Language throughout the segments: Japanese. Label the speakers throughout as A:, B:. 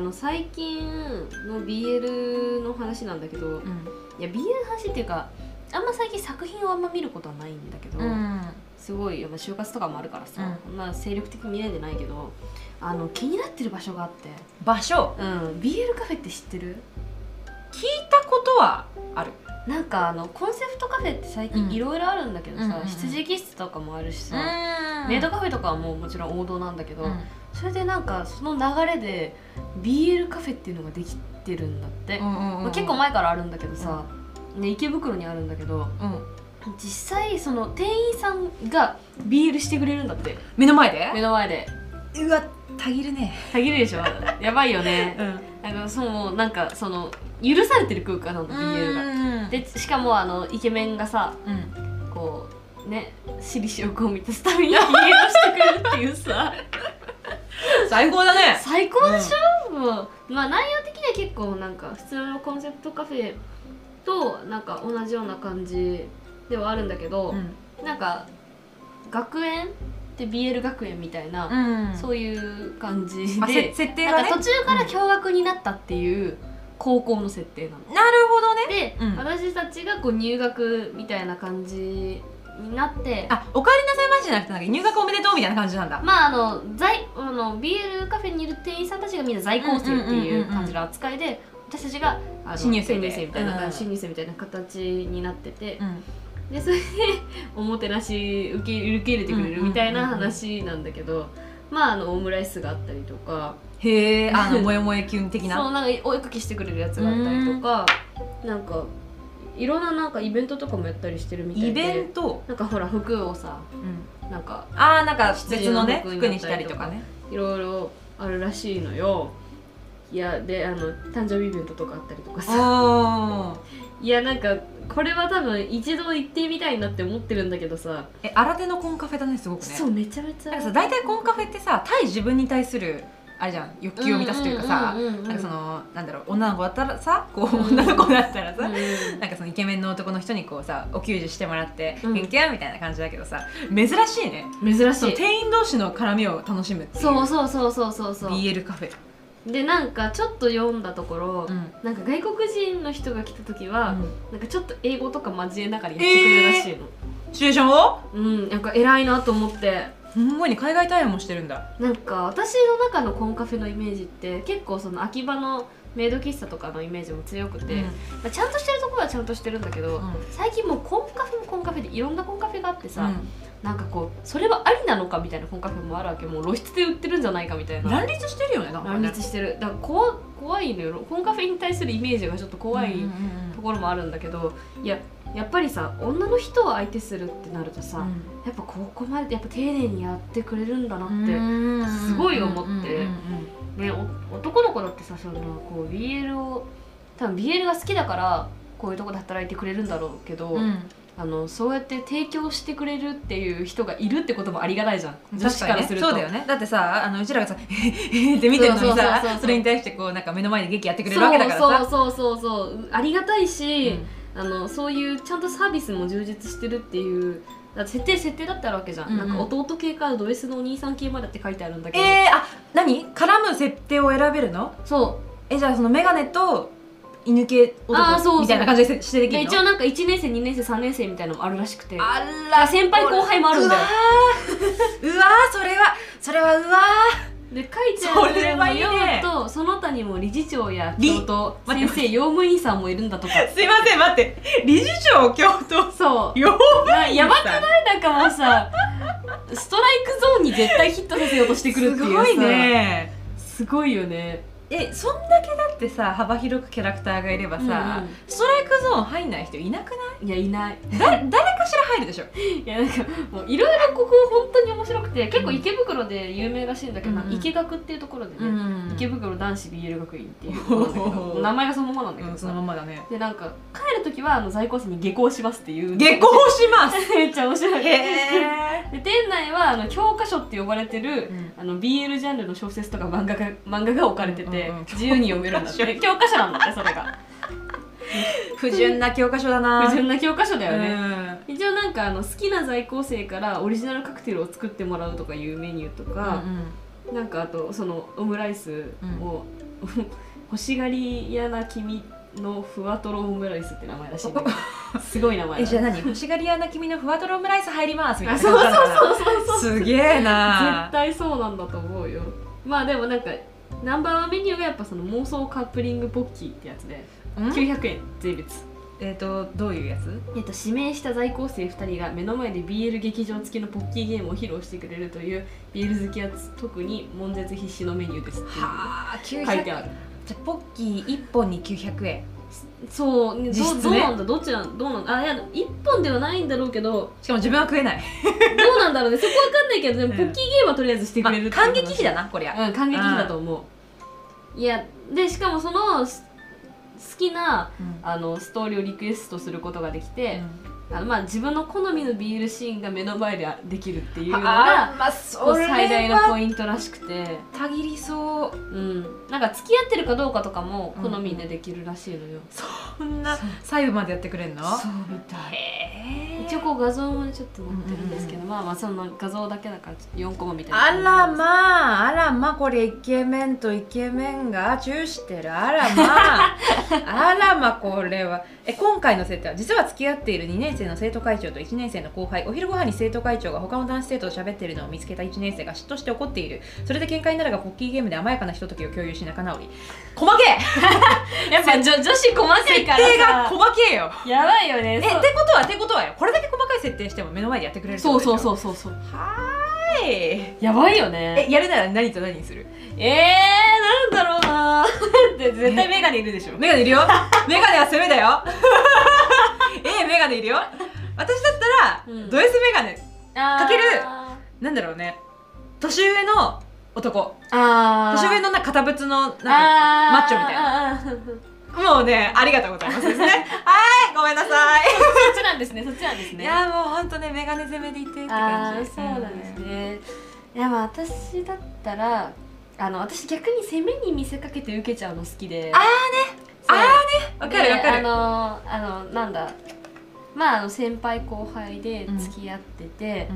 A: の最近の BL の話なんだけどいや BL の話っていうかあんま最近作品をあんま見ることはないんだけど、
B: うん
A: すごいやっぱ就活とかもあるからさ、まあ精力的に見れてないけどあの気になってる場所があって、
B: 場所
A: うん、BL カフェって知ってる
B: 聞いたことはある
A: なんかあのコンセプトカフェって最
B: う
A: 近
B: ん
A: いろいろあるんだけどさ、
B: うんうんうん
A: 羊喫茶とかもあるしさ、メ
B: メ
A: イド
B: カ
A: カフェとかはもうもちろん王道なんだけど、
B: うん
A: それでなんかその流れで BL カフェっていうのができてるんだって、まあ、結構前からあるんだけどさ、ね、池袋にあるんだけど
B: うん
A: 実際その店員さんが BL してくれるんだって
B: 目の前
A: 目
B: で
A: の前で
B: うわたぎるね
A: たぎるでしょやばいよねあのそのなんかその許されてる空間なの BL が
B: が
A: でしかもあのイケメンがさ
B: うん
A: こうね私利私欲を満たすた めに BL をしてくれるっていうさ
B: 最高だね
A: 最高でしょ、もうまあ内容的には結構なんか普通のコンセプトカフェとなんか同じような感じではあるんだけど、
B: うん
A: なんか学園って BL 学園みたいな、
B: うん
A: そういう感じ
B: あせ
A: で、
B: 設定
A: な
B: が
A: ん
B: ね
A: か途中から共学になったっていう高校の設定なの。
B: なるほどね
A: で、
B: うん
A: 私たちがこう入学みたいな感じになって
B: あおかえりなさいましじゃなくてなんか入学おめでとうみたいな感じなんだ
A: まああの在あの BL カフェにいる店員さんたちがみんな在校生っていう感じの扱いで私たちがあの
B: 新入生で
A: みたいな、
B: うん
A: 新入生みたいな形になってて、
B: うん
A: でそれでおもてなし受け受け入れてくれるみたいな話なんだけど、まああのオムライスがあったりとか
B: へえあ の萌え萌えキュン的
A: そ
B: な
A: うなんかお絵かきしてくれるやつがあったりとかなんかいろんななんかイベントとかもやったりしてるみたいで
B: イベント
A: なんかほら服をさ
B: うん
A: なんか
B: あーなんか別の
A: 羊の
B: ね服
A: 服
B: に
A: に
B: し
A: したたり
B: りと
A: と
B: か
A: か
B: ね
A: いろいろあるらしいのよいやであの誕生日イベントとかあったりとかさ
B: おー
A: いやなんかこれは多分一度行ってみたいなって思ってるんだけどさ、
B: え新手のコンカフェだねすごくね
A: そうめちゃめちゃ
B: なんかさ大体コンカフェってさ対自分に対するあれじゃん欲求を満たすというかさ
A: うんうんうんうん
B: なんかそのなんだろう女の子だったらさこう
A: うん
B: 女の子だったら
A: う
B: さ
A: ん
B: なんかそのイケメンの男の人にこうさお給仕してもらって「キ
A: うん
B: ュンキュン」みたいな感じだけどさ珍しいね
A: 珍
B: そ
A: し
B: の
A: い
B: 店員同士の絡みを楽しむっていう
A: そうそうそうそうそうそう
B: BL カフェ
A: でなんかちょっと読んだところ、
B: うん
A: なんか外国人の人が来た時は、なんかちょっと英語とか交えながらやってくれるらしいの、
B: シチュエーションを
A: うんなんか偉いなと思って
B: ほんまに海外対応もしてるんだ
A: なんか私の中のコンカフェのイメージって結構その秋葉のメイド喫茶とかのイメージも強くて、
B: うん
A: まあ、ちゃんとしてるところはちゃんとしてるんだけど、最近もうコンカフェもコンカフェでいろんなコンカフェがあってさ、
B: うん
A: なんかこうそれはありなのかみたいなコンカフェもあるわけもう露出で売ってるんじゃないかみたいな
B: 乱立してるよねなんか
A: 乱
B: ね
A: 立してるだから怖怖いのよコンカフェに対するイメージがちょっと怖い
B: うんうん
A: ところもあるんだけどいややっぱりさ女の人を相手するってなるとさ、
B: うん
A: やっぱここまでやっぱ丁寧にやってくれるんだなって、
B: うん
A: すごい思って
B: うん
A: ね、お男の子だってさそのこう BL を多分 BL が好きだからこういうとこで働いてくれるんだろうけど、
B: うんうんうん
A: あのそうやって提供してくれるっていう人がいるってこともありがたいじゃん女
B: 確
A: 子か
B: か
A: ら
B: にね
A: すると
B: そうだよねだってさあのうちらがさ「えへへって見てるのに
A: そうそうそう
B: さ
A: そう
B: それに対してこうなんか目の前で劇やってくれるわけだからさ
A: そうそうそうそうそうありがたいし、
B: うん
A: あのそういうちゃんとサービスも充実してるっていうだって設定設定だってあるわけじゃん、
B: うんうん
A: なんか弟系からド S のお兄さん系までって書いてあるんだけど、
B: えー、あ何絡む設定を選べるの
A: そ
B: えじゃあその眼鏡と犬系
A: あーそうそ
B: 男
A: う
B: みたいな感じでしてで
A: う
B: きる
A: で
B: の
A: 一応なんか1年生2年生3年生みたいなのもあるらしくて
B: あ
A: あ
B: ら
A: 先輩後輩もあるんだよ
B: うわーうわーそれはそれはうわ
A: で書いてあ
B: それ
A: るの
B: はいいね
A: 読むとその他にも理事長や
B: 理
A: 教頭
B: 待って
A: 先生用務員さんもいるんだとか
B: ーすいません待って理事長教頭
A: そう
B: よ
A: なやばく
B: ない
A: ないなんかもうさストライクゾーンに絶対ヒットさせようとしてくるっていうさ
B: すごいね
A: すごいよね
B: えそんだけだってさ幅広くキャラクターがいればさ、
A: うんうん
B: ストライクゾーン入んない人いなく
A: いやいない
B: ないだ誰かしら入るでしょ
A: いやなんかもういろいろここ本当に面白くて結構池袋で有名らしいんだけど、
B: うんうん
A: 池学っていうところでね、
B: ん
A: 池袋男子 BL 学院っていうところなんだけ
B: お
A: ど
B: ー
A: 名前がそのままなんだけ
B: う
A: ど
B: ん
A: さ、
B: そのままだね
A: でなんか帰る時はあの在校生に下校しますっていう
B: 下校します
A: めっちゃ面白い
B: へえ、
A: で店内はあの教科書って呼ばれてる、
B: うん
A: あの BL ジャンルの小説とか漫画が漫画が置かれてて、
B: うんうんうん
A: 自由に読めるんだって教科書なんだってそれが
B: 不純な教科書だな
A: 不純な教科書だよね、
B: ね
A: 一応なんかあの好きな在校生からオリジナルカクテルを作ってもらうとかいうメニューと
B: うん
A: か、なんかあとそのオムライスを、欲しがり嫌な君のふわとろオムライスって名前らしいんだけどすごい名前
B: え
A: だ
B: じゃあ何欲しがり屋な君のふわとろオムライス入りますみたい
A: あ
B: な
A: そうそう
B: 感じなのか
A: そうそうそう
B: なすげえな
A: 絶対そうなんだと思うよまあでもなんかナンバーワンメニューがやっぱその妄想カップリングポッキーってやつで
B: ん
A: 900円税別
B: えっ、とどういうやつ
A: えっと、指名した在校生2人が目の前で BL 劇場付きのポッキーゲームを披露してくれるという BL 好きは特に悶絶必至のメニューですっていう
B: はあ900
A: 書いてある
B: じゃあポッキー1本に900円
A: そう、ね、ど
B: 実質
A: どう
B: ね
A: なんだどっちなんどうなんだあいや1本ではないんだろうけど
B: しかも自分は食えない
A: どうなん だろうねそこわかんないけどでも
B: うん
A: ポッキーゲームはとりあえずしてくれるっていう話
B: 感激費だなこりゃ、
A: うん感激費だと思ういやでしかもそのす好きな
B: うん
A: あのストーリーをリクエストすることができて、あのまあ、自分の好みのビールシーンが目の前でできるっていうのが
B: あーまあそれは
A: 最大のポイントらしくて、
B: たぎりそ
A: う
B: う
A: ん、なんか付き合ってるかどうかとかも好みでできるらしいのよ、
B: こんな細部までやってくれんの
A: うみた
B: へえ
A: 一応こう画像もちょっと載ってるんですけど、
B: うん
A: まあまあその画像だけだから4コマみたいな
B: あら
A: あ
B: まああらまこれイケメンとイケメンがチューしてるあら まあらまこれはえ今回の生徒は実は付き合っている2年生の生徒会長と1年生の後輩お昼ご飯に生徒会長が他の男子生徒と喋っているのを見つけた1年生が嫉妬して怒っているそれで喧嘩になるがポッキーゲームで甘やかなひとときを共有し仲直り細けえ
A: やっぱ女女子細かい から
B: 手が
A: さ
B: 細けえよ
A: やばいよね
B: えってことはってことはよこれだけ細かい設定しても目の前でやってくれるって
A: そ
B: こ
A: う
B: と
A: そう
B: でし
A: そ
B: ょ
A: うそうそう
B: はーい
A: やばいよね
B: えやるなら何と何にする
A: ええー、なんだろうなって絶対メガネ いるでしょ
B: メ ガネいるよメガネは攻めだよ ええメガネいるよ私だったら、
A: うん
B: ド S メガネ
A: か
B: ける
A: あ
B: なんだろうね年上の男
A: ーあー
B: 年上のな堅物のなんか
A: あー
B: マッチョみたい
A: あ
B: な
A: ーあー
B: もうねありがとうございますで すねはいごめんなさい、
A: そっちなんですねそっちなんですね
B: いやもうほんとねメガネ攻めでいってって
A: あ
B: 感
A: ー
B: じ
A: そうなんですね、いやまあ私だったらあの私逆に攻めに見せかけて受けちゃうの好きで
B: あ
A: そう
B: わかるわ
A: で
B: かる
A: あのあのなんだまああの先輩後輩で付き合ってて、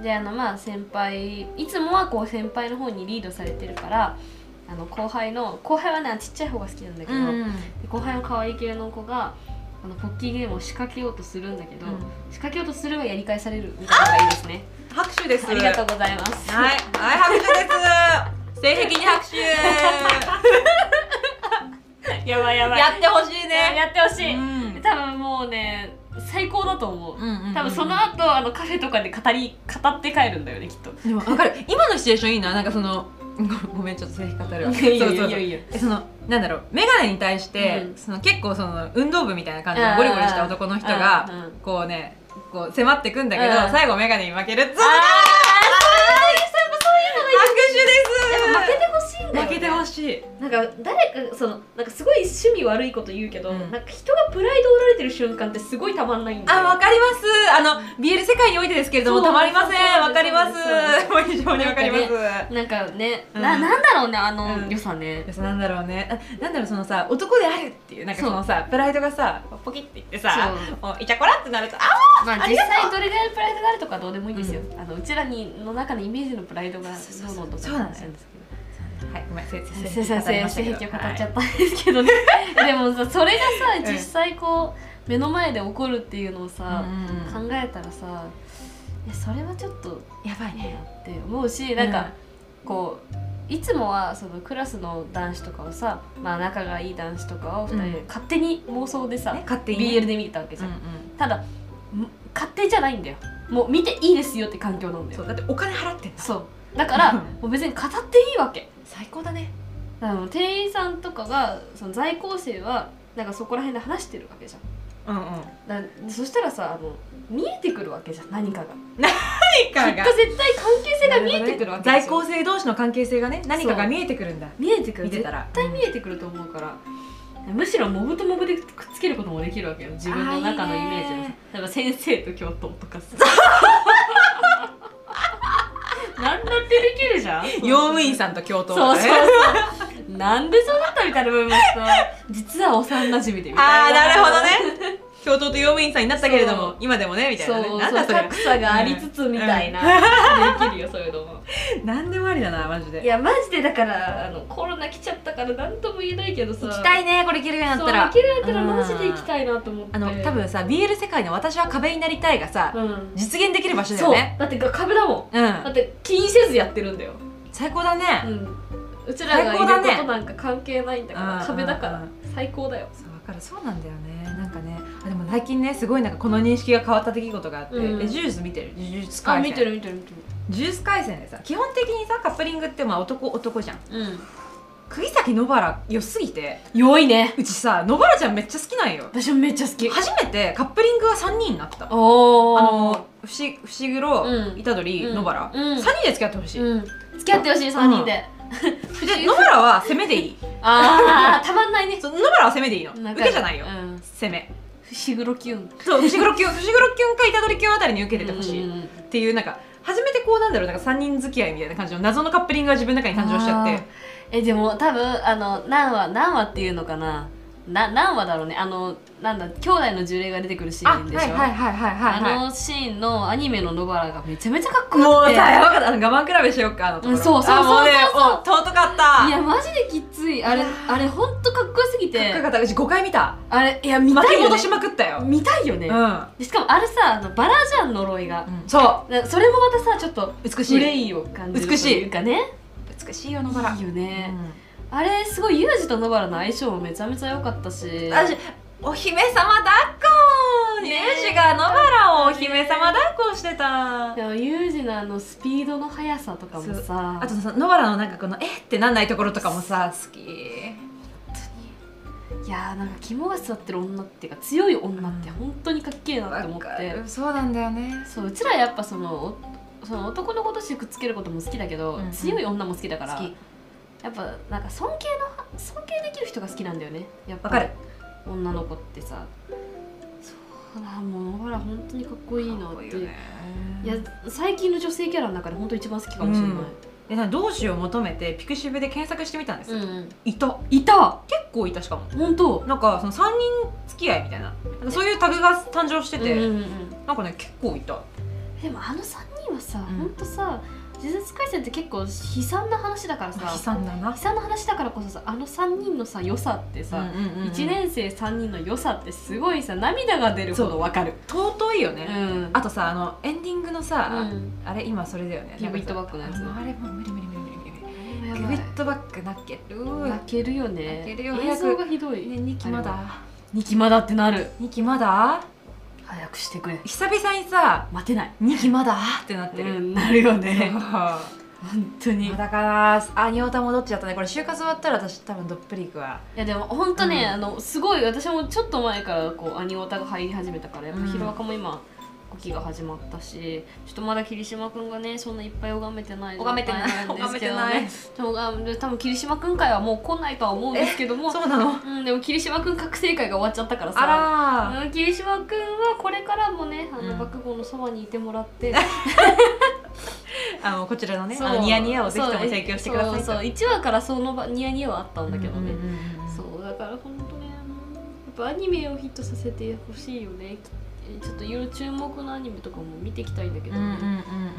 A: であのまあ先輩いつもはこう先輩の方にリードされてるからあの後輩の後輩はねちっちゃい方が好きなんだけど、
B: うん
A: で後輩の可愛い系の子があのポッキーゲームを仕掛けようとするんだけど、
B: うん
A: 仕掛けようとするがやり返されるみたいなのがいいですね
B: 拍手です
A: ありがとうございます。
B: はい、はい、拍手です。性癖に拍手。
A: やばい やばい。
B: やってほし
A: ね、
B: いね。
A: やってほし
B: う
A: い。
B: ん
A: 多分もうね、最高だと思う。
B: うんうん
A: 多分その後あのカフェとかで語り語って帰るんだよね きっと。
B: でも分かる今のシチュエーションいいななんかそのごごめんちょっと性癖語るわ
A: いやい
B: そ
A: や
B: うそう
A: い
B: そ
A: や
B: う
A: いや。
B: えそのなんだろう眼鏡に対して、
A: うん
B: その結構その運動部みたいな感じのゴリゴリした男の人が
A: うんうん
B: こうねこう迫ってくんだけど、
A: うん
B: 最後眼鏡に負けるつ拍
A: あ
B: 手
A: あ、負け
B: で
A: てほしいんだ
B: す
A: よ、ね。
B: 負けてほしい
A: なんか誰かそのなんかすごい趣味悪いこと言うけど、
B: うん
A: なんか人がプライドを売られてる瞬間ってすごいたまんないんだよ。
B: あ、わかります。あの、BL 世界においてですけれども、
A: そう
B: たまりません。
A: そう
B: わかります。
A: そ
B: もう非常にわかります。
A: なんかね、
B: うん
A: ななんだろうねあの、
B: うん
A: 良さね。
B: そうなんだろうね。あなんだろう、そのさ、男であるっていう、なんか
A: そう
B: そのさ、プライドがさ、ポキって言ってさ、
A: そう
B: もうイチャコラってなると、あ
A: まあ
B: あ
A: 実
B: りがと
A: 際
B: う
A: どれぐらいのプライドがあるとかどうでもいいんですよ。あのうちらにの中のイメージのプライドがどうのとか
B: そうそうそうそうなのよ
A: んですけど。
B: はい、ごめん、せ、せ、
A: 先生
B: 語りましたけ
A: 性
B: ど
A: 癖を語っちゃったんですけどね、でもさそれが
B: う
A: さ
B: ん
A: 実際こう目の前で起こるっていうのを
B: はい
A: さ
B: う、ん
A: 考えたらさいやそれはちょっと
B: やば
A: い
B: い
A: い
B: ね。
A: なって思うしなんかこういつもはそのクラスの男子とかをさ、まあ、仲がいい男子とかを2人で
B: うん
A: 勝手に妄想でさ、
B: ね、勝手にね。
A: BL で見てたわけじ
B: う
A: ゃ
B: ん
A: ん、
B: うん
A: ただん勝手じゃないんだよもう見ていいですよって環境なんだ
B: そ
A: よ
B: う、だってお金払ってんだ。
A: そうだから
B: うん
A: もう別に語っていいわけ
B: 最高だね。
A: あの店員さんとかがその在校生はなんかそこら辺で話してるわけじゃん
B: うんうん。
A: だそしたらさあの見えてくるわけじゃん何かが
B: 何か
A: 結果絶対関係性が見えてくるわけ
B: 在
A: ですよ
B: 校生同士の関係性がね、何かが
A: そう
B: 見えてくるんだ。
A: 見えてくる
B: 見てたら。
A: 絶対見えてくると思うから、むしろモブとモブでくっつけることもできるわけよ自分の中のイメージ
B: あーいい
A: を
B: ね
A: 例えば先生と教頭とかさなんだってできるじゃん
B: 用務員さんと共闘と
A: そう
B: か
A: そう
B: ね
A: そうなんでそうなったみたいな部分もさ実は幼馴染でみたいな
B: あーなるほど教頭と用務員さんになったけれども
A: そう
B: 今でもねみたい
A: そ
B: な
A: う
B: ね
A: そう
B: なんだそれ
A: 格差がありつつみたいな、できるよそういうのも
B: 何でもありだなマジで
A: いやマジでだからあのコロナ来ちゃったから何とも言えないけどさ
B: 行きたいねこれ行けるようにな
A: そ
B: っ
A: う
B: た
A: 行
B: ら
A: けるやったらマジで行きたいなと思って
B: あの多分さ BL 世界の私は壁になりたいがさ
A: うん
B: 実現できる場所だ
A: そ
B: よ
A: う
B: ね
A: だってが壁だもん
B: う
A: だっ
B: ん
A: て気にせずやってるんだよ
B: 最高だ
A: う
B: ね
A: んうちらがい
B: 最高だ
A: る
B: ね
A: ことなんか関係ないんだから、
B: うん
A: 壁だから、
B: うん
A: 最高だよ
B: そうだからそうなんだよねなんかねあでも最近ねすごいなんかこの認識が変わった出来事があって、
A: うん
B: えジュース見てる呪術
A: あ
B: 廻
A: 見
B: 戦
A: てる見てる見てる
B: 呪術廻戦でさ基本的にさカップリングってまあ男男じゃん
A: うん
B: 釘崎野原良すぎて
A: 良いね
B: うちさ野原ちゃんめっちゃ好きなんよ
A: 私もめっちゃ好き
B: 初めてカップリングが3人になったあ
A: おー
B: の伏伏黒、
A: うん
B: 虎杖野原、
A: うんうん
B: 3人で付き合ってほしい、
A: うん付き合ってほしい3人で、
B: で野原は攻めでいい
A: あーたまんないね
B: そう野原は攻めでいいの
A: なん
B: 受
A: か
B: けじゃないよ、
A: うん
B: 攻め
A: 伏黒キュン
B: そう伏 黒キュン伏黒キュンか虎杖キュンあたりに受けててほしい、
A: うん
B: っ
A: うんうん
B: ていうなんか初めてこうなんだろうなんか3人付き合いみたいな感じの謎のカップリングが自分の中に誕生しちゃって
A: えでも多分あの何話何話っていうのかなな何話だろうねあのなんだ兄弟の呪霊が出てくるシーンでしょ
B: はいはい
A: あのシーンのアニメの野原がめちゃめちゃかっこ
B: も
A: よ
B: う
A: く
B: さ
A: て
B: やばかったあの我慢比べしようかあのところ
A: うんそうそう
B: あもね
A: そうそう
B: お尊かった
A: いやマジできついあれあれほんとかっこよすぎ
B: かっこよ
A: て
B: かったうち5回見た
A: あれいや見た
B: 巻
A: い
B: き
A: よね
B: 戻しまくったよ、
A: 見たいよね、
B: うん
A: でしかもあれさあのバラじゃん呪いが、
B: そ
A: なそれもまたさちょっと
B: う美しい
A: 憂いを感じるというかね
B: 美しいよ野原
A: いいよね、あれすごいユージと野原の相性もめちゃめちゃ良かったし
B: 私お姫様抱っこ
A: ね
B: ユージが野原をお姫様抱っこしてた
A: でもユージのあのスピードの速さとかもさ
B: あとさ野原のなんかこのえってなんないところとかもさ好き
A: いやーなんか肝が据わってる女っていうか強い女って本当にかっけえなって思って、
B: そうなんだよね
A: そううちらやっぱそのおその男の子としてくっつけることも好きだけど、
B: うんうん
A: 強い女も好きだから
B: 好き
A: やっぱなんか尊敬の尊敬できる人が好きなんだよねやっぱ
B: わかる
A: 女の子ってさそうだもう野原本当にかっこいいなってい
B: よね
A: や最近の女性キャラの中で本当一番好きかもしれない、
B: でなんか同志を求めてピクシブで検索してみたんですよ、
A: うん
B: いた結
A: いた
B: 構いたしかも
A: 本当
B: なんかその3人付き合いみたいななんかそういうタグが誕生してて、
A: うんうんうん
B: なんかね結構いた
A: でもあの3人はさ、
B: うん
A: ほんとさ呪術廻戦って結構悲惨な話だからさ悲
B: 惨だな
A: 惨な話だからこそさあの3人のさ良さってさ、一
B: 1
A: 1年生3人の良さってすごいさ涙が出るほ
B: そ
A: ど
B: う
A: わかる
B: 尊いよね、
A: うん
B: あとさあのエンディングのさ、
A: うん
B: あれ今それだよね
A: ギブイット
B: なん
A: バックのや
B: か
A: つ
B: さああれもう無理無理無理無理無理
A: やばい
B: ギブイットバック泣ける
A: 泣けるよね
B: 泣けるよ
A: 映
B: 早く
A: 像がひどい、
B: ねニキま
A: あ
B: だ
A: ニキまだってなる
B: ニキまだ
A: 早くしてくれ
B: 久々にさ
A: 待てない
B: ニキまだってなって
A: う
B: る、
A: んなるよ
B: そう
A: ね本当にい
B: だからあニオタ戻っちゃったねこれ就活終わったら私多分どっぷりいくわ
A: やでも本当ね、
B: うん
A: あのすごい私もちょっと前からこうアニオタが入り始めたからやっぱ
B: うん
A: ヒロアカも今動きが始まったしちょっとまだ桐島くんがねそんないっぱい拝めてない
B: 拝めてない
A: 状態なんです けどね
B: 拝めてない
A: ちょ拝め多分桐島くん会はもう来ないとは思うんですけ ども
B: そうなの
A: うん、でも桐島くん覚醒会が終わっちゃったからさ
B: あら
A: うん桐島くんはこれからもねあ
B: う
A: の
B: ん
A: 爆豪のそばにいてもらって、
B: あのこちらのね
A: そう
B: あのニヤニヤをぜひとも提供してくださいと
A: そうそう1話からその場ニヤニヤはあったんだけどね、
B: うんうんうんうん
A: そうだから本当ねやっぱアニメをヒットさせてほしいよねちょっといろいろ注目のアニメとかも見ていきたいんだけど
B: うん
A: ね、
B: うんうん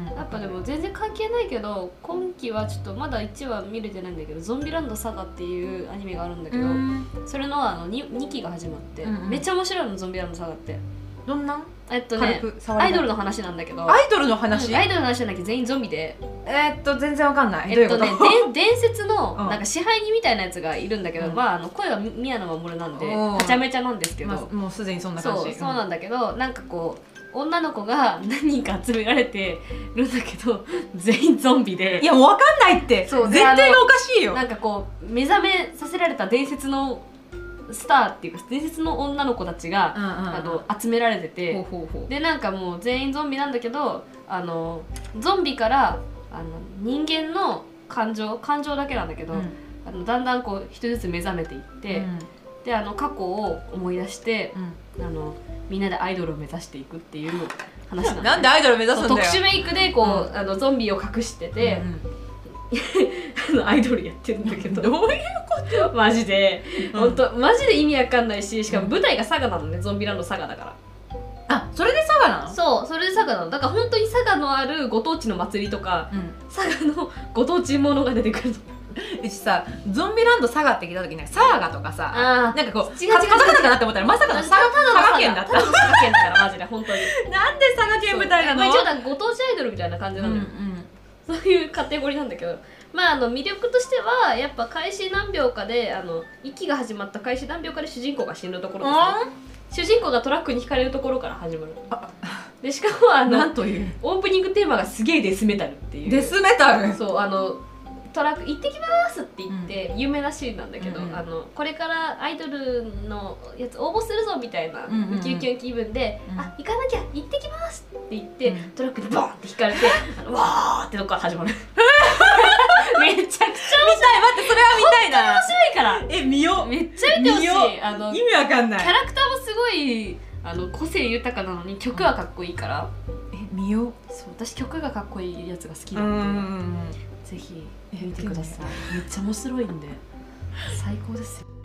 B: うん
A: やっぱでも全然関係ないけど今期はちょっとまだ1話見れてないんだけど「ゾンビランドサガ」っていうアニメがあるんだけど、
B: うん
A: それのあの 2, 2期が始まって、
B: うんうん
A: めっちゃ面白いの「ゾンビランドサガ」って
B: どんなん
A: えっとね
B: 軽く触
A: ア
B: り
A: イ
B: な
A: ド
B: が
A: ル
B: ら
A: の話なんだけど
B: アイドルの
A: う
B: 話
A: んアイドルの話なんだけど全員ゾンビで
B: えーっと全然わかんないどうい
A: え
B: う
A: っ
B: ことと
A: ね、で伝説の
B: うん
A: なんか支配人みたいなやつがいるんだけど、
B: うん
A: まあ、あの声は宮野真守なんで
B: うん
A: はちゃめちゃなんですけど、
B: まあもうすでにそんな感じ
A: そうそうなんんだけどなんかこう女の子が何人か集められてるんだけど全員ゾンビで
B: いやもうわかんないって
A: そうで
B: 絶
A: あ
B: 対
A: の
B: がおかしいよ
A: なんかこう目覚めさせられた伝説のスターっていうか伝説の女の子たちが、あ
B: あ
A: の集められてて。
B: ほうほうほう
A: でなんかもう全員ゾンビなんだけどあのゾンビからあの人間の感情感情だけなんだけど、
B: うん
A: あのだんだんこう一人ずつ目覚めていって、
B: うん
A: であの過去を思い出して
B: うん
A: あのみんなでアイドルを目指していくっていう話なの
B: なんでアイドル目指すんだよ
A: そう特殊メイクでこう、
B: う
A: あのゾンビを隠してて
B: う、ん
A: あのアイドルやってるんだけ ど
B: どういう
A: マジで、
B: 本
A: 本
B: 当
A: 当マジで意味わかんないししかも舞台が佐賀なのねゾンビランド佐賀だから
B: あそれで佐賀なの
A: そうそれで佐賀なのだから本当に佐賀のあるご当地の祭りとか
B: う
A: 佐賀のご当地ものが出てくるの
B: ん、うちさゾンビランド佐賀って聞いた時なんか佐賀とかさ
A: あ
B: なんかこう
A: 違う違う
B: カタカナかなって思ったらまさかの佐賀佐賀県だった
A: ただの佐賀県だからマジで本当 に
B: なんで佐賀県みたいなの
A: そうまあ一応だからご当地アイドルみたいな感じなのよ、そういうカテゴリーなんだけどまああの魅力としてはやっぱ開始何秒かであの息が始まった開始何秒かで主人公が死ぬところですね主人公がトラックにひかれるところから始まる
B: あ
A: でしかもあ
B: うん、なん
A: の
B: という
A: オープニングテーマがすげえデスメタルっていう
B: デスメタ ル
A: そうあのトラック「行ってきます」って言って、有名なシーンなんだけど、
B: うんうん
A: あのこれからアイドルのやつ応募するぞみたいな、
B: うんうんうん
A: ウキウキの気分で「
B: うん
A: あ行かなきゃ行ってきます」って言って、
B: うん
A: トラックでボンって引かれ て「あのわー」ってとこから 始まるめちゃくちゃ面
B: たい待ってそれは見たいな
A: 白いから
B: え見よ
A: めっちゃ見てほし
B: 見よ
A: いあの
B: う
A: キ
B: 意味わかんな
A: ャ
B: い
A: ラクターもすごいあの個性豊かなのに曲はかっこいいから、
B: え見よ
A: そう私曲がかっこいいやつが好き
B: う
A: なので。
B: ん
A: ぜひ
B: え
A: 見てください。めっちゃ面白いんで。最高ですよ。